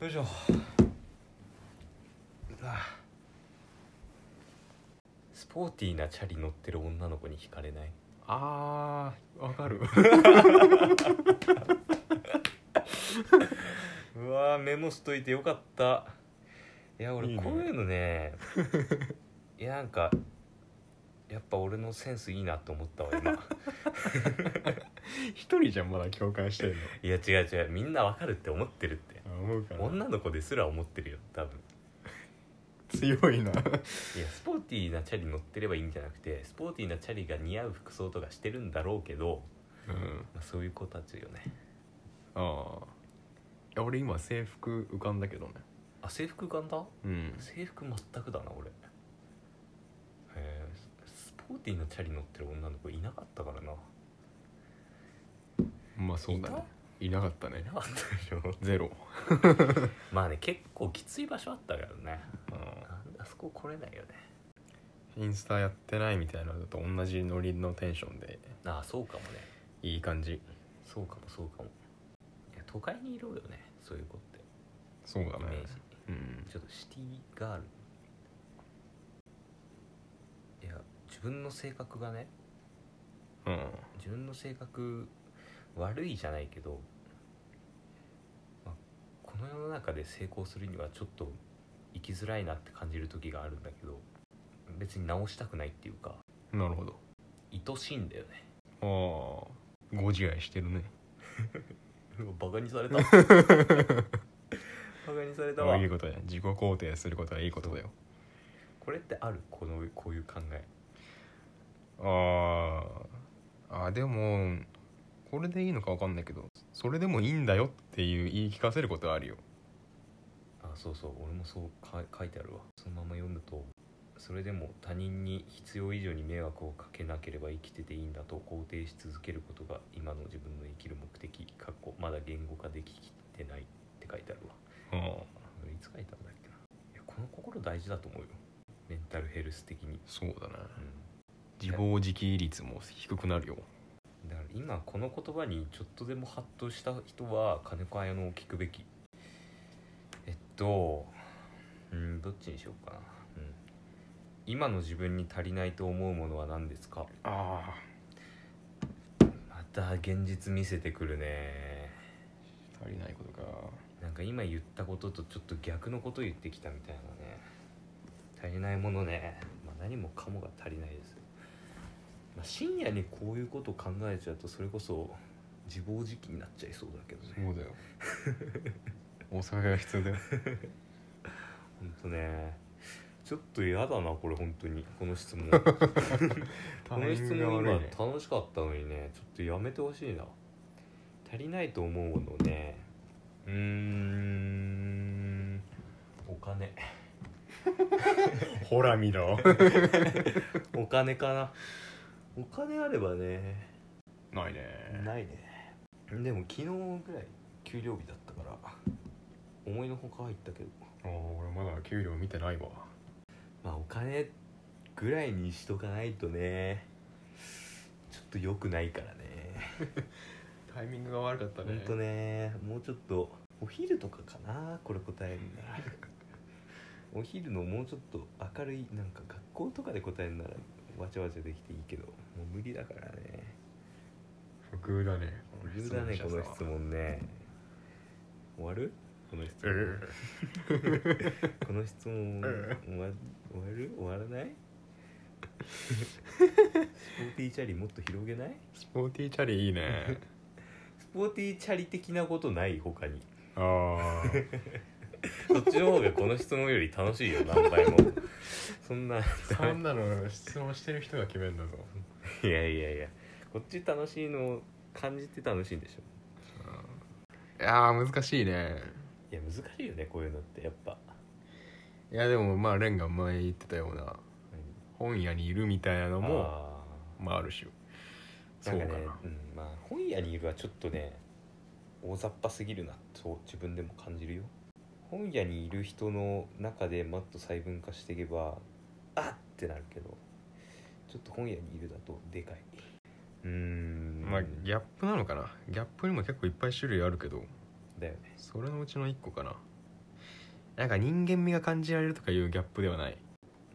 よいしょうわスポーティーなチャリ乗ってる女の子に惹かれないあーわかるうわーメモしといてよかったいや俺いいねこういうのね いやなんかやっぱ俺のセンスいいなって思ったわ 今 一人じゃんまだ共感してるいや違う違うみんなわかるって思ってるっての思うから女の子ですら思ってるよ多分強いなやいスポーティーなチャリ乗ってればいいんじゃなくてスポーティーなチャリが似合う服装とかしてるんだろうけど、うんまあ、そういう子たちよねああいや俺今制服浮かんだけどねあ制服浮かんだうん制服全くだな俺へえスポーティーなチャリ乗ってる女の子いなかったからなまあそうだねいなかったねいなかったでしょ ゼロまあね結構きつい場所あったからねなんであそこ来れないよねインスタやってないみたいなのと同じノリのテンションでああそうかもねいい感じそうかもそうかもいや都会にいろよねそういう子ってそうだイメねージうんちょっとシティガールいや自分の性格がねうん自分の性格悪いじゃないけど、まあ、この世の中で成功するにはちょっと生きづらいなって感じる時があるんだけど別に直したくないっていうかなるほど愛しいんだよ ねああご自愛してるねバカにされ たバカにされたあわいいことや自己肯定することはいいことだよこれってあるこのこういう考えあーあでもこれでいいのか分かんないけどそれでもいいんだよっていう言い聞かせることはあるよあそうそう俺もそうか書いてあるわそのまま読むとそれでも他人に必要以上に迷惑をかけなければ生きてていいんだと肯定し続けることが今の自分の生きる目的かっこまだ言語化でききてないって書いてあるわうんこれいつ書いたんだっけないやこの心大事だと思うよメンタルヘルス的に、そうだなう自暴自棄率も低くなるよん、だから今この言葉にちょっとでもハッとした人は金子綾乃を聞くべきえっとうんどっちにしようかな、うん、今の自分に足りないと思うものは何ですかあまた現実見せてくるね足りないことかなんか今言ったこととちょっと逆のこと言ってきたみたいなね足りないものね、まあ、何もかもが足りないです、まあ、深夜にこういうことを考えちゃうとそれこそ自暴自棄になっちゃいそうだけどそねう だよ大阪が必要だよほんとねちょっと嫌だなこれ本当にこの質問この質問今楽しかったのにねちょっとやめてほしいな足りないと思うものねうーんお金ほら見ろお金かなお金あればね ないねないねでも昨日ぐらい給料日だったから思いのほか入ったけどあー俺まだ給料見てないわまあお金ぐらいにしとかないとねちょっと良くないからねタイミングが悪かったほんとねもうちょっとお昼とかかなこれ答えるな らお昼のもうちょっと明るいなんか学校とかで答えるならわちゃわちゃできていいけどもう無理だからね不遇だね余裕だねこの質問ね終わるこの質う問ん この質問ん終わ終わる終わら ないスポーティーチャリもっと広げないスポーティーチャリいい ねスポーティーチャリ的なことない他にああそっちの方がこの質問より楽しいよ何倍もそんなそんなの質問してる人が決めるんだぞいやいやいやこっち楽しいの感じて楽しいんでしょいやー難しいねいや難しいよねこういうのってやっぱいやでもまあレンが前言ってたような本屋にいるみたいなのももまあある種なんかねそうかなうんまあ、本屋にいるはちょっとね大雑把すぎるなと自分でも感じるよ本屋にいる人の中でマッと細分化していけばあっってなるけどちょっと本屋にいるだとでかいうーんまあギャップなのかなギャップにも結構いっぱい種類あるけどだよねそれのうちの1個かななんか人間味が感じられるとかいうギャップではない、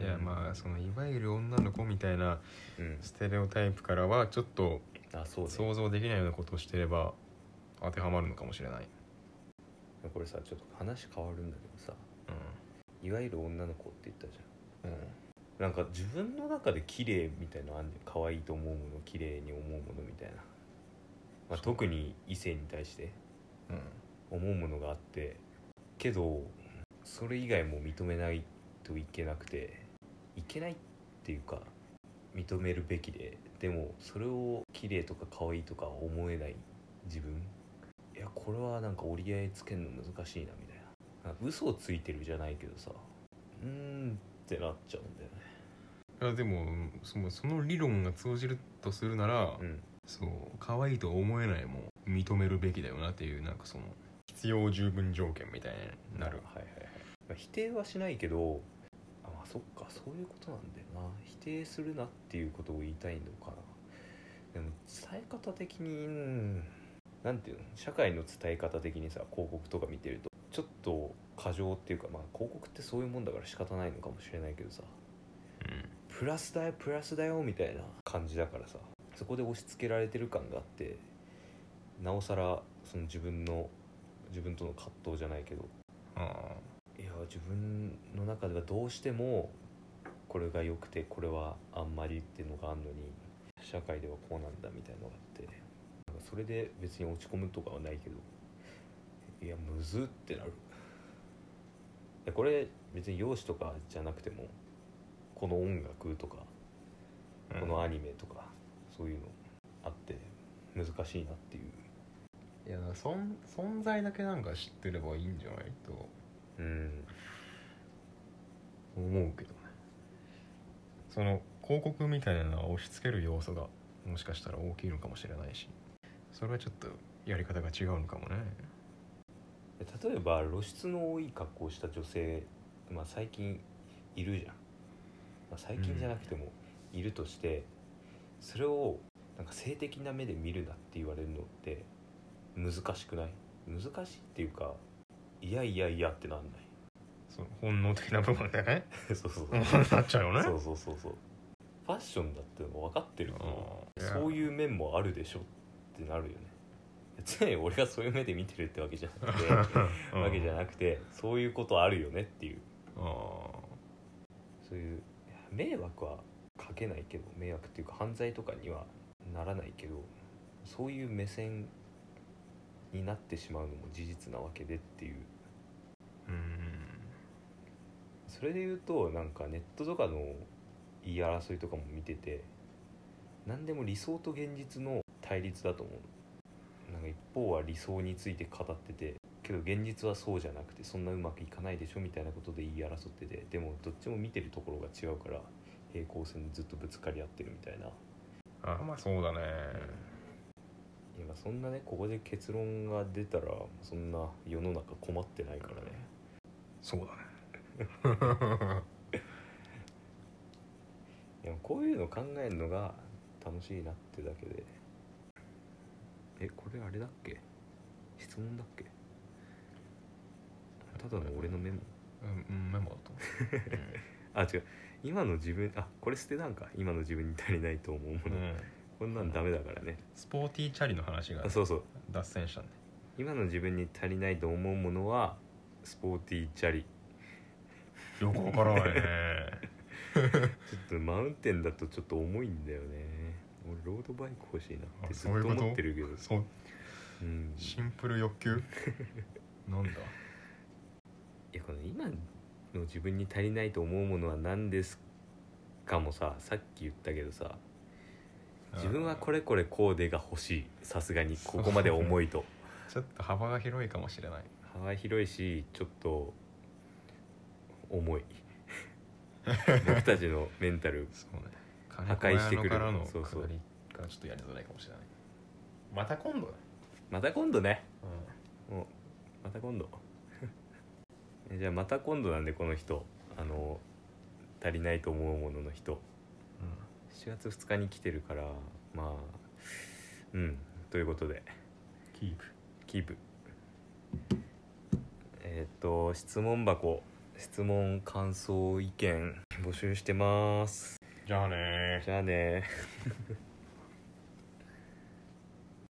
いやうんまあそのいわゆる女の子みたいなうんステレオタイプからはちょっとあそうね想像できないようなことをしてれば当てはまるのかもしれない、これさちょっと話変わるんだけどさういわゆる女の子って言ったじゃんんうん、なんか自分の中で綺麗みたいなのあんじゃん可愛いと思うもの綺麗に思うものみたいな、まあ、そう特に異性に対してうん、思うものがあってけどそれ以外も認めないといけなくていけないっていうか認めるべきででもそれを綺麗とか可愛いとか思えない自分いやこれはなんか折り合いつけるの難しいなみたいななんか嘘をついてるじゃないけどさうーんってなっちゃうんだよねいやでもそのその理論が通じるとするなら、うんそう可愛いと思えないも認めるべきだよなっていうなんかその必要十分条件みたいになるはいはいはい、まあ、否定はしないけどあまあそっかそういうことなんだよな否定するなっていうことを言いたいのかなでも伝え方的にうんなんていうの社会の伝え方的にさ広告とか見てるとちょっと過剰っていうかまあ広告ってそういうもんだから仕方ないのかもしれないけどさプラスだよプラスだよみたいな感じだからさそこで押し付けられてる感があってなおさらその自分の自分との葛藤じゃないけどうんあいや自分の中ではどうしてもこれが良くてこれはあんまりっていうのがあるのに社会ではこうなんだみたいなのがあってなんかそれで別に落ち込むとかはないけどいやむずってなるいやこれ別に容姿とかじゃなくてもこの音楽とかーこのアニメとかそういうのあって難しいなっていういやそん存在だけなんか知ってればいいんじゃないとうん思うけどねその広告みたいなのは押し付ける要素がもしかしたら大きいのかもしれないしそれはちょっとやり方が違うのかもね例えば露出の多い格好をした女性、まあ、最近いるじゃん、まあ、最近じゃなくてもいるとして、それをなんか性的な目で見るなって言われるのって難しくない難しいっていうかいやいやいやってなんない その本能的な部分でねそうそう そうなっちゃうよねそうそうそうそうファッションだっての分かってるけどうんそう いう面もあるでしょってなるよね常に俺がそういう目で見てるってわけじゃな くてわけじゃいなくてそういうことあるよねっていうあそういういや迷惑はかけないけど迷惑っていうか犯罪とかにはならないけどそういう目線になってしまうのも事実なわけでっていうーうんそれで言うとなんかネットとかの言い争いとかも見てて何でも理想と現実の対立だと思うなんか一方は理想について語っててけど現実はそうじゃなくてそんなうまくいかないでしょみたいなことで言い争っててでもどっちも見てるところが違うから平行線でずっとぶつかり合ってるみたいなあまあそうだねいやそんなねここで結論が出たらそんな世の中困ってないからねそうだねいやこういうの考えるのが楽しいなってだけでえこれあれだっけ質問だっけただの俺のメモうんうんメモだとあ違う今の自分あこれ捨てなんか今の自分に足りないと思うも 思の、う、うん、こんなんダメだからねスポーティーチャリの話があそうそう脱線したね今の自分に足りないと思うものはスポーティーチャリよくわからないねちょっとマウンテンだとちょっと重いんだよね俺ロードバイク欲しいな っあてずっそういうとこと思ってるけどそううんシンプル欲求 なんだいやこの今の自分に足りないと思うものは何ですかもささっき言ったけどさ 自分はこれこれこうでが欲しいさすがにここまで重いとちょっと幅が広いかもしれない幅広いしちょっと重い僕たちのメンタルそうね破壊してくる金子屋のからのそうそう下りがちょっとやりづらいかもしれないまた今度だ、また今度ねうんもうまた今度 えじゃあまた今度なんでこの人あの足りないと思うものの人7月2日に来てるからまあうんということでキープキープえーっと質問箱質問感想意見募集してますじゃあねーじゃあね